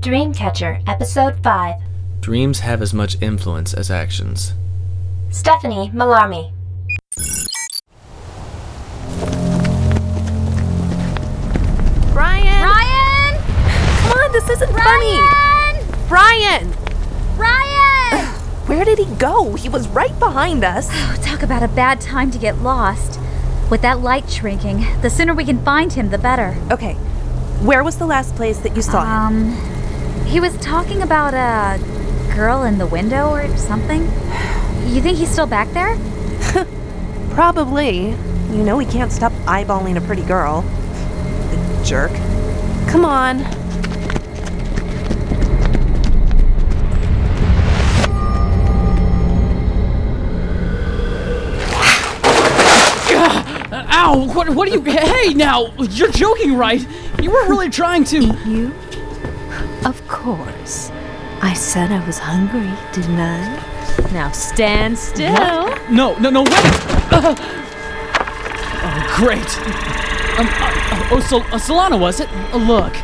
Dreamcatcher, Episode 5. Dreams have as much influence as actions. Stephanie Malarmi. Brian! Ryan! Come on, this isn't Ryan! funny! Brian! Ryan! Where did he go? He was right behind us. Oh, talk about a bad time to get lost. With that light shrinking, the sooner we can find him, the better. Okay, where was the last place that you saw him? Um, he was talking about a girl in the window or something. You think he's still back there? Uh, Probably. You know he can't stop eyeballing a pretty girl. The jerk. Come on. Ow! What, what are you? Hey, now you're joking, right? You were really trying to. You? Of course. I said I was hungry, didn't I? Now stand still. No, no, no! Wait! Ugh. oh, great. Um, uh, oh, Sol- uh, Solana was it? Uh, look,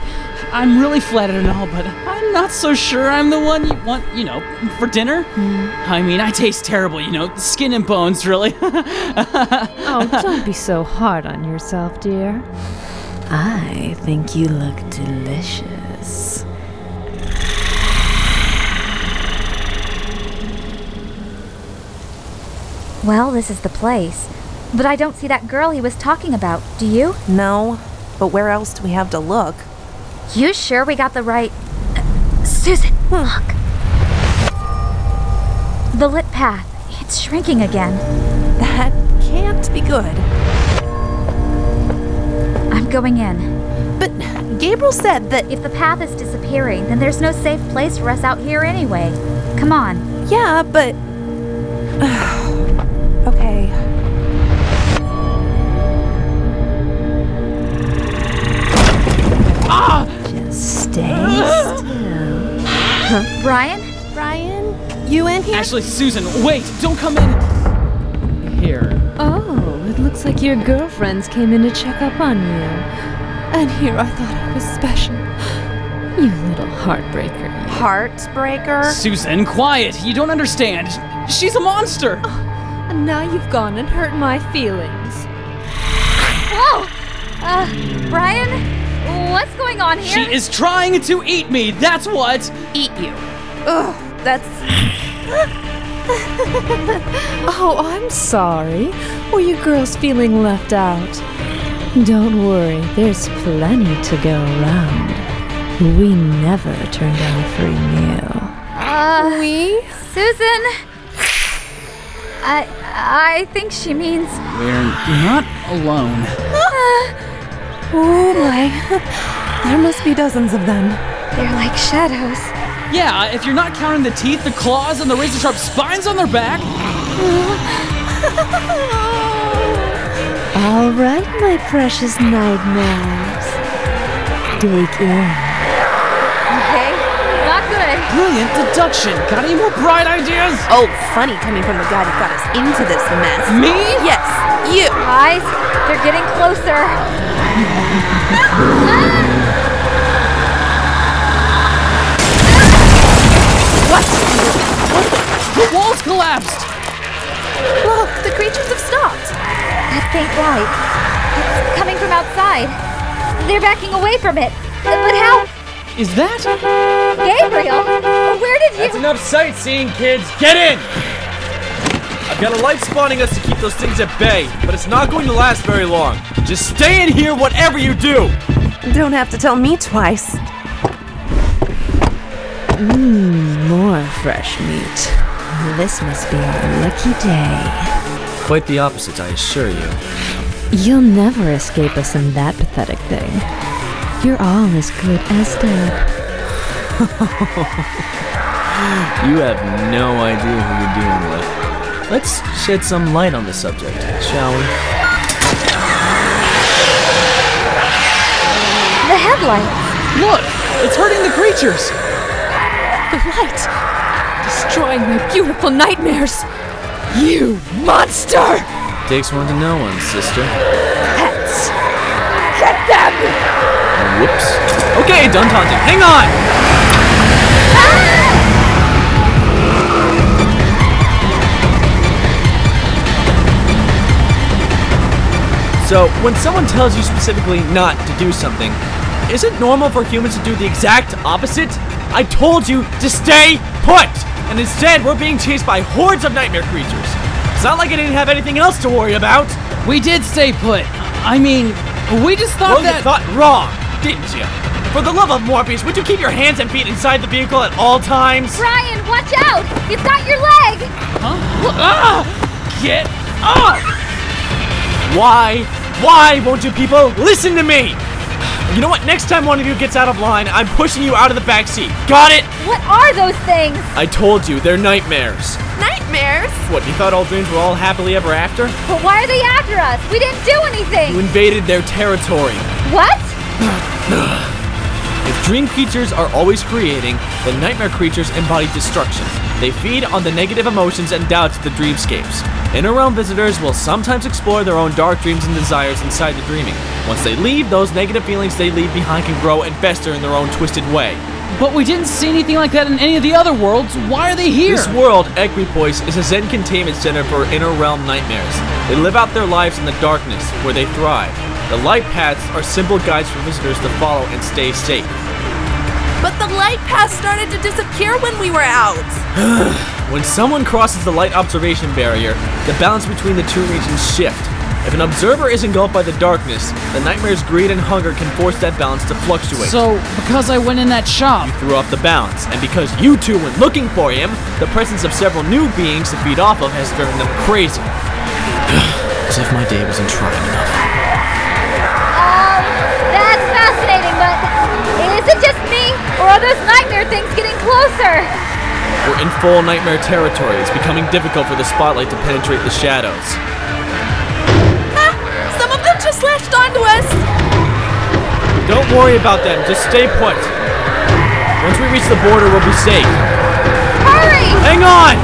I'm really flattered and all, but I'm not so sure I'm the one you want, you know, for dinner. I mean, I taste terrible, you know, skin and bones, really. Oh, don't be so hard on yourself, dear. I think you look delicious. Well, this is the place. But I don't see that girl he was talking about, do you? No, but where else do we have to look? You sure we got the right. uh, Susan, look! The lit path. It's shrinking again. That can't be good. I'm going in. But Gabriel said that, If the path is disappearing, then there's no safe place for us out here anyway. Come on. yeah, but. okay. Just stay still. Brian? Brian, you in here? Ashley, Susan, wait! Don't come in. Here. Oh, it looks like your girlfriends came in to check up on you. And here I thought I was special. You little heartbreaker. Heartbreaker. Susan, quiet! You don't understand. She's a monster. And now you've gone and hurt my feelings. Whoa! Uh, Brian? What's going on She here? is trying to eat me. That's what. Ugh, that's. Oh, I'm sorry. Were you girls feeling left out? Don't worry, there's plenty to go around. We never turn down a free meal. uh, we? Susan? I, I think she means. We're not alone. Oh my. There must be dozens of them. They're like shadows. Yeah, uh, if you're not counting the teeth, the claws, and the razor sharp spines on their back. All right, my precious nightmares. Dig in. Okay? Not good. Brilliant deduction. Got any more bright ideas? Oh, funny coming from the guy that got us into this mess. Me? Yes, you. Guys, they're getting closer. The walls collapsed. Look, the creatures have stopped. That faint light. It's coming from outside. They're backing away from it. But how? Is that? Gabriel? Where did you. That's enough sightseeing, kids. Get in! I've got a light spawning us to keep those things at bay, but it's not going to last very long. Just stay in here, whatever you do. Don't have to tell me twice. More fresh meat. This must be our lucky day. Quite the opposite, I assure you. You'll never escape us in that pathetic thing. You're all as good as dead. You have no idea who you're dealing with. Let's shed some light on the subject, shall we? The headlight. Look, it's hurting the creatures. The light! Destroying my beautiful nightmares! You monster! Takes one to know one, sister. Pets! Whoops. Okay, done taunting. Hang on! So, when someone tells you specifically not to do something, is it normal for humans to do the exact opposite? I told you to stay put! And instead, we're being chased by hordes of nightmare creatures. It's not like I didn't have anything else to worry about. We did stay put. I mean, we just thought Well, you that. thought wrong, didn't you? For the love of Morpheus, would you keep your hands and feet inside the vehicle at all times? Brian, watch out! You've got your leg! Ah! Get up! Why? Why won't you people listen to me? You know what? Next time one of you gets out of line, I'm pushing you out of the back seat. Got it? What are those things? I told you, they're nightmares. Nightmares? What, you thought all dreams were all happily ever after? But why are they after us? We didn't do anything! You invaded their territory. What? If dream creatures are always creating, then nightmare creatures embody destruction. They feed on the negative emotions and doubts of the dreamscapes. Inner realm visitors will sometimes explore their own dark dreams and desires inside the dreaming. Once they leave, those negative feelings they leave behind can grow and fester in their own twisted way. But we didn't see anything like that in any of the other worlds. Why are they here? This world, Equipoise, is a Zen containment center for inner realm nightmares. They live out their lives in the darkness, where they thrive. The light paths are simple guides for visitors to follow and stay safe. But the light path started to disappear when we were out. When someone crosses the light observation barrier, the balance between the two regions shift. If an observer is engulfed by the darkness, the nightmare's greed and hunger can force that balance to fluctuate. So, because I went in that shop, threw off the balance, and because you two went looking for him, the presence of several new beings to feed off of has driven them crazy. As if my day wasn't trying enough. Um, that's fascinating, but is it just me? Or are those nightmare things getting closer? We're in full nightmare territory. It's becoming difficult for the spotlight to penetrate the shadows. Some of them just latched onto us. Don't worry about them. Just stay put. Once we reach the border, we'll be safe. Hurry! Hang on.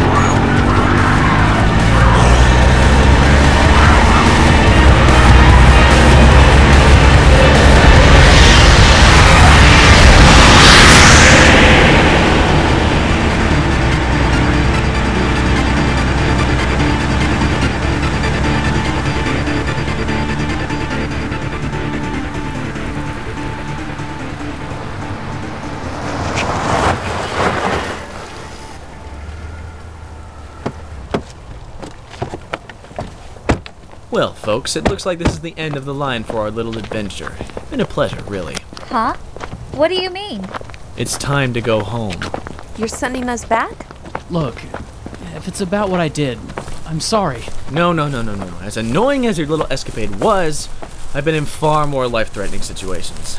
Well, folks, it looks like this is the end of the line for our little adventure. Been a pleasure, really. Huh? What do you mean? It's time to go home. You're sending us back? look, if it's about what I did, I'm sorry. No, no, no, no, no. As annoying as your little escapade was, I've been in far more life threatening situations.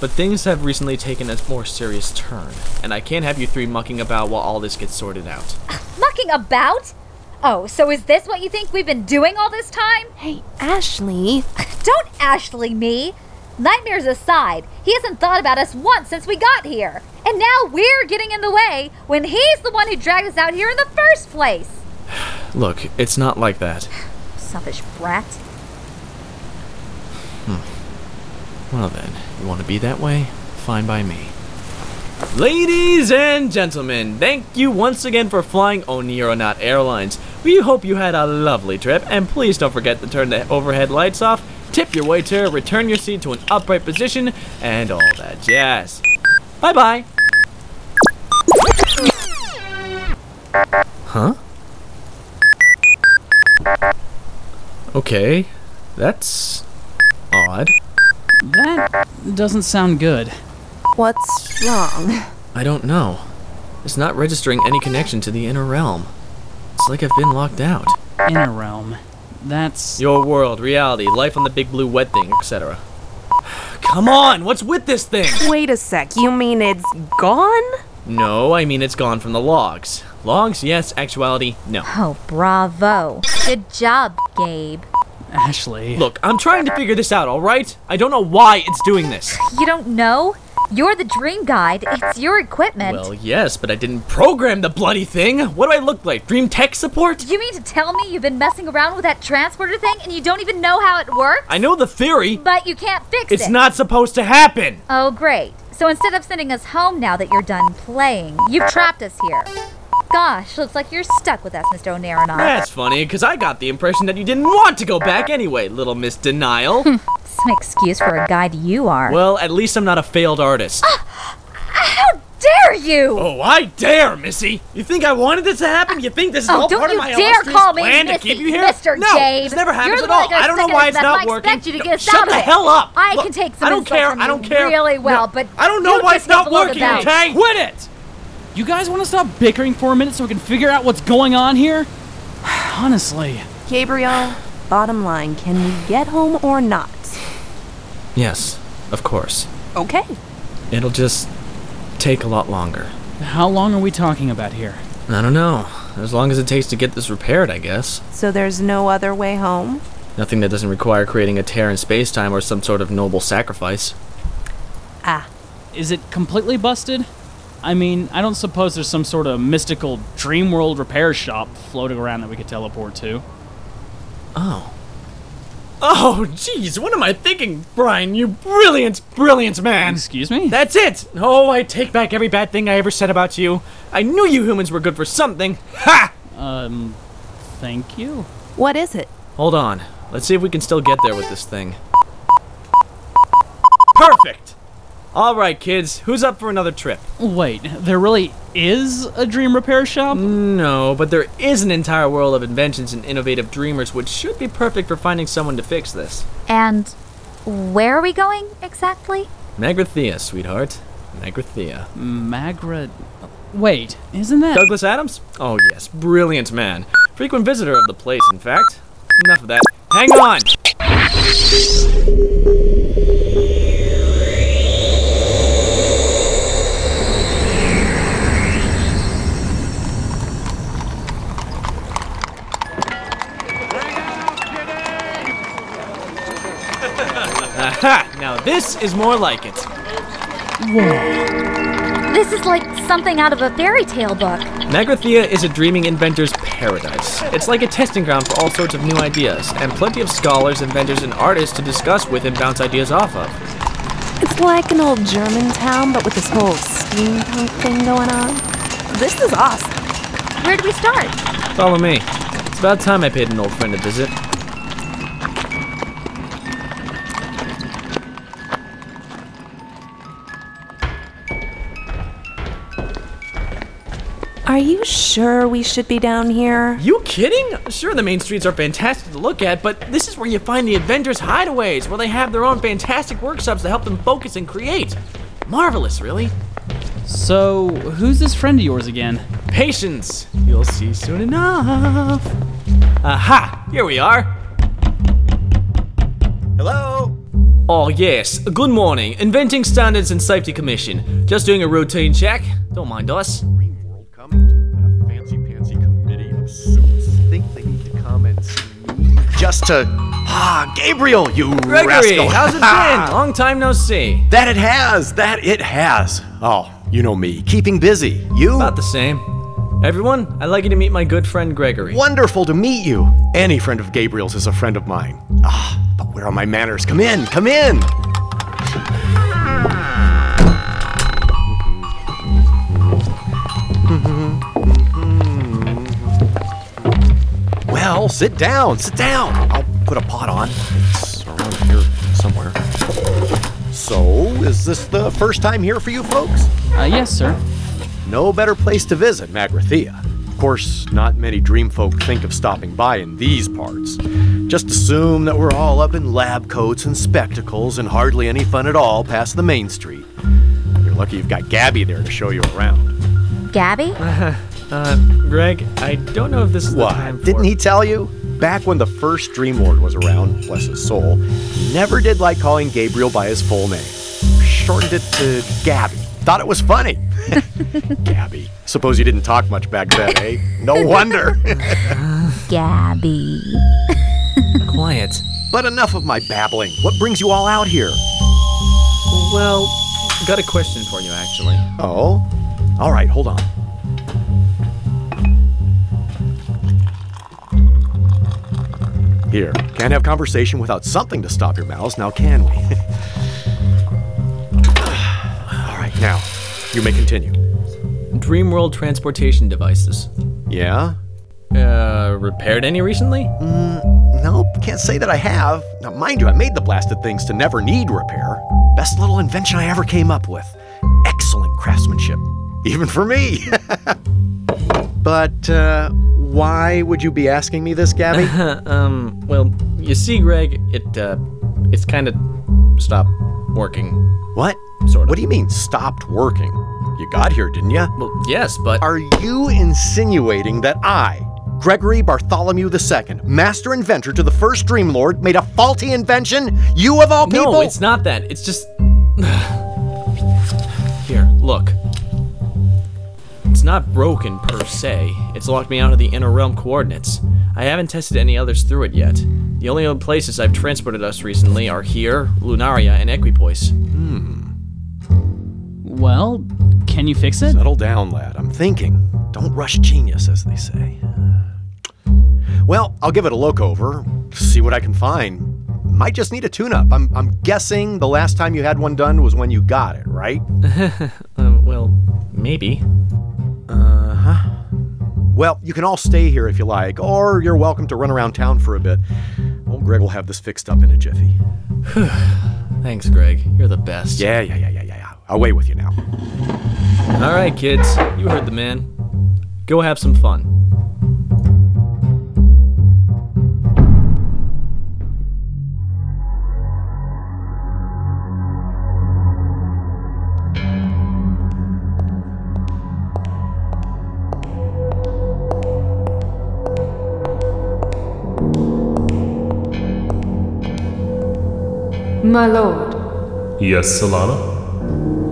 But things have recently taken a more serious turn, and I can't have you three mucking about while all this gets sorted out. Mucking about? Oh, so is this what you think we've been doing all this time? Hey, Ashley. Don't Ashley me! Nightmares aside, he hasn't thought about us once since we got here. And now we're getting in the way when he's the one who dragged us out here in the first place. Look, it's not like that. Selfish brat. Well then, you want to be that way? Fine by me. Ladies and gentlemen, thank you once again for flying Onironaut Airlines. We hope you had a lovely trip, and please don't forget to turn the overhead lights off, tip your waiter, return your seat to an upright position, and all that jazz. Bye bye! Huh? Okay, that's odd. That doesn't sound good. What's wrong? I don't know. It's not registering any connection to the inner realm. It's like I've been locked out. Inner realm. That's. Your world, reality, life on the big blue wet thing, etc. Come on, what's with this thing? Wait a sec. You mean it's gone? No, I mean it's gone from the logs. Logs, yes, actuality, no. Oh, bravo. Good job, Gabe. Ashley. Look, I'm trying to figure this out, alright? I don't know why it's doing this. You don't know? You're the dream guide, it's your equipment. Well, yes, but I didn't program the bloody thing. What do I look like? Dream tech support? Do you mean to tell me you've been messing around with that transporter thing and you don't even know how it works? I know the theory. But you can't fix it. It's not supposed to happen. Oh, great. So instead of sending us home now that you're done playing, you've trapped us here. gosh, looks like you're stuck with us, Mr. O'Naronoff. That's funny, because I got the impression that you didn't want to go back anyway, little Miss Denial. Hmm. Some excuse for a guide you are. well, at least I'm not a failed artist. Ah. How dare you! Oh, I dare, Missy! You think I wanted this to happen? You think this is Oh, all don't part of you my dare illustrious call me plan to Missy, keep you here? Mr. No, James. this never happens You're at the one all. that goes I don't know second why to it's best. not I expect working. you to No, get shut some the of it. hell up! I Look, can take some I don't insult care. from I don't you care. really well, No, but I don't know you why just it's go not below the working. belt. Okay, Quit it! You guys want to stop bickering for a minute so we can figure out what's going on here? Honestly. Gabriel, Bottom line, can we get home or not? Yes, of course. Okay. It'll just take a lot longer. How long are we talking about here? I don't know. As long as it takes to get this repaired, I guess. So there's no other way home? Nothing that doesn't require creating a tear in space time or some sort of noble sacrifice. Ah, Is it completely busted? I mean, I don't suppose there's some sort of mystical dream world repair shop floating around that we could teleport to. Oh. Oh, jeez, what am I thinking, Brian? You brilliant, brilliant man! Excuse me? That's it! Oh, I take back every bad thing I ever said about you. I knew you humans were good for something. Ha! um, thank you. what is it? Hold on. Let's see if we can still get there with this thing. Perfect! Alright, kids, who's up for another trip? Wait, there really is a dream repair shop? Mm. No, but there is an entire world of inventions and innovative dreamers which should be perfect for finding someone to fix this. And where are we going exactly? Magrathea, sweetheart. Magrathea. Magra. Wait, isn't that. Douglas Adams? Oh, yes, brilliant man. Frequent visitor of the place, in fact. Enough of that. Hang on! Aha! Now this is more like it. This is like something out of a fairy tale book. Magrathea is a dreaming inventor's paradise. It's like a testing ground for all sorts of new ideas, and plenty of scholars, inventors, and artists to discuss with and bounce ideas off of. It's like an old German town, but with this whole steampunk thing going on. This is awesome. Where do we start? Follow me. It's about time I paid an old friend a visit. Are you sure we should be down here? You kidding? Sure, the main streets are fantastic to look at, but this is where you find the inventors' hideaways, where they have their own fantastic workshops to help them focus and create. Marvelous, really. So, who's this friend of yours again? Patience! You'll see soon enough. Aha! Here we are. Hello? Oh, yes. Good morning. Inventing Standards and Safety Commission. Just doing a routine check. Don't mind us. Dream World coming to a fancy pantsy committee of suits. Think they need to come and see me? Just to. Ah, Gabriel, you Gregory, rascal. how's it been? Long time no see. That it has, that it has. Oh, you know me, keeping busy. You? About the same. Everyone, I'd like you to meet my good friend Gregory. Wonderful to meet you. Any friend of Gabriel's is a friend of mine. Ah, but where are my manners? Come in, come in. Well, sit down, sit down. I'll put a pot on. It's around here somewhere. So, is this the first time here for you folks? Uh, yes, sir. No better place to visit Magrathea. Of course, not many dream folk think of stopping by in these parts. Just assume that we're all up in lab coats and spectacles and hardly any fun at all past the main street. You're lucky you've got Gabby there to show you around. Gabby? Greg, I don't know if this is the time What? for Didn't he tell you? Back when the first Dream Lord was around, bless his soul, he never did like calling Gabriel by his full name. Shortened it to Gabby. Thought it was funny. Gabby. Suppose you didn't talk much back then, eh? No wonder. Gabby. quiet. But enough of my babbling. What brings you all out here? Well, got a question for you actually. Oh? All right, hold on. Here, can't have conversation without something to stop your mouths, now can we? all right, now, you may continue. Dreamworld transportation devices. Yeah? Uh, repaired any recently? Nope, can't say that I have. Now, mind you, I made the blasted things to never need repair. Best little invention I ever came up with. Excellent craftsmanship, even for me. but uh, why would you be asking me this, Gabby? Um, well, you see, Greg, it, uh, it's kind of stopped working. what? Sort of. What do you mean, stopped working? You got here, didn't you? Well, yes, but. Are you insinuating that I, Gregory Bartholomew II, master inventor to the first Dream Lord, made a faulty invention? You of all people? No, it's not that. It's just. Here, look. It's not broken per se. It's locked me out of the inner realm coordinates. I haven't tested any others through it yet. The only other places I've transported us recently are here, Lunaria, and Equipoise. Well, can you fix it? Settle down, lad. I'm thinking. Don't rush genius, as they say. Well, I'll give it a look over, see what I can find. Might just need a tune up. I'm, I'm guessing the last time you had one done was when you got it, right? Uh, well, maybe. Well, you can all stay here if you like, or you're welcome to run around town for a bit. Old Greg will have this fixed up in a jiffy. Thanks, Greg. You're the best. Yeah, yeah, yeah, yeah, yeah, yeah. Away with you now. All right, kids. You heard the man. Go have some fun. My lord, Yes, Solana?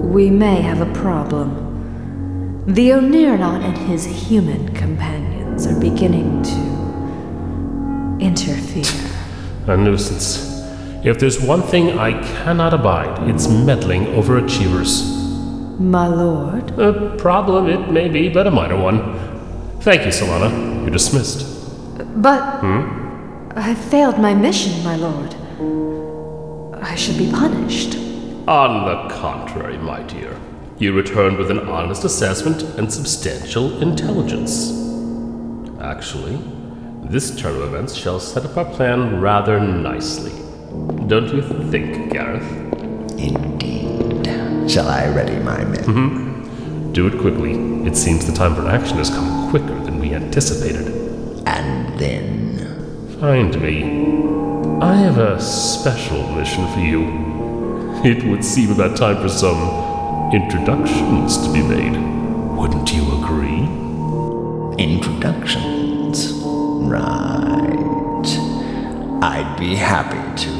we may have a problem. The Onirinon and his human companions are beginning to interfere. A nuisance. If there's one thing I cannot abide, it's meddling overachievers. My lord, A problem it may be, but a minor one. Thank you, Solana. You're dismissed. but I failed my mission, my lord. I should be punished. On the contrary, my dear, you returned with an honest assessment and substantial intelligence. Actually, this turn of events shall set up our plan rather nicely. Don't you think, Gareth? Indeed. Shall I ready my men? Mm-hmm. Do it quickly. It seems the time for action has come quicker than we anticipated. And then Find me. I have a special mission for you. It would seem about time for some introductions to be made. Wouldn't you agree? introductions. Right. I'd be happy to.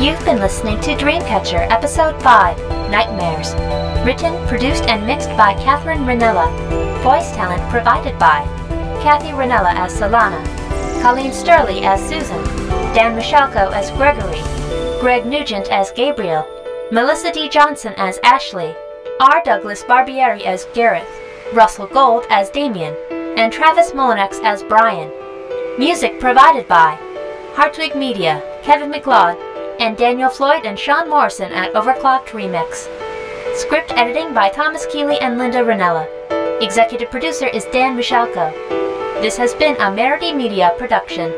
You've been listening to Dreamcatcher Episode 5 Nightmares. Written, produced, and mixed by Catherine Ranella. Voice talent provided by Kathy Ranella as Solana, Colleen Sturley as Susan, Dan Michalko as Gregory, Greg Nugent as Gabriel, Melissa D. Johnson as Ashley, R. Douglas Barbieri as Gareth, Russell Gold as Damien, and Travis Molinex as Brian. Music provided by Hartwig Media, Kevin McLeod, and Daniel Floyd and Sean Morrison at Overclocked Remix. Script editing by Thomas Keeley and Linda Ranella. Executive producer is Dan Michalko. This has been a Merity Media production.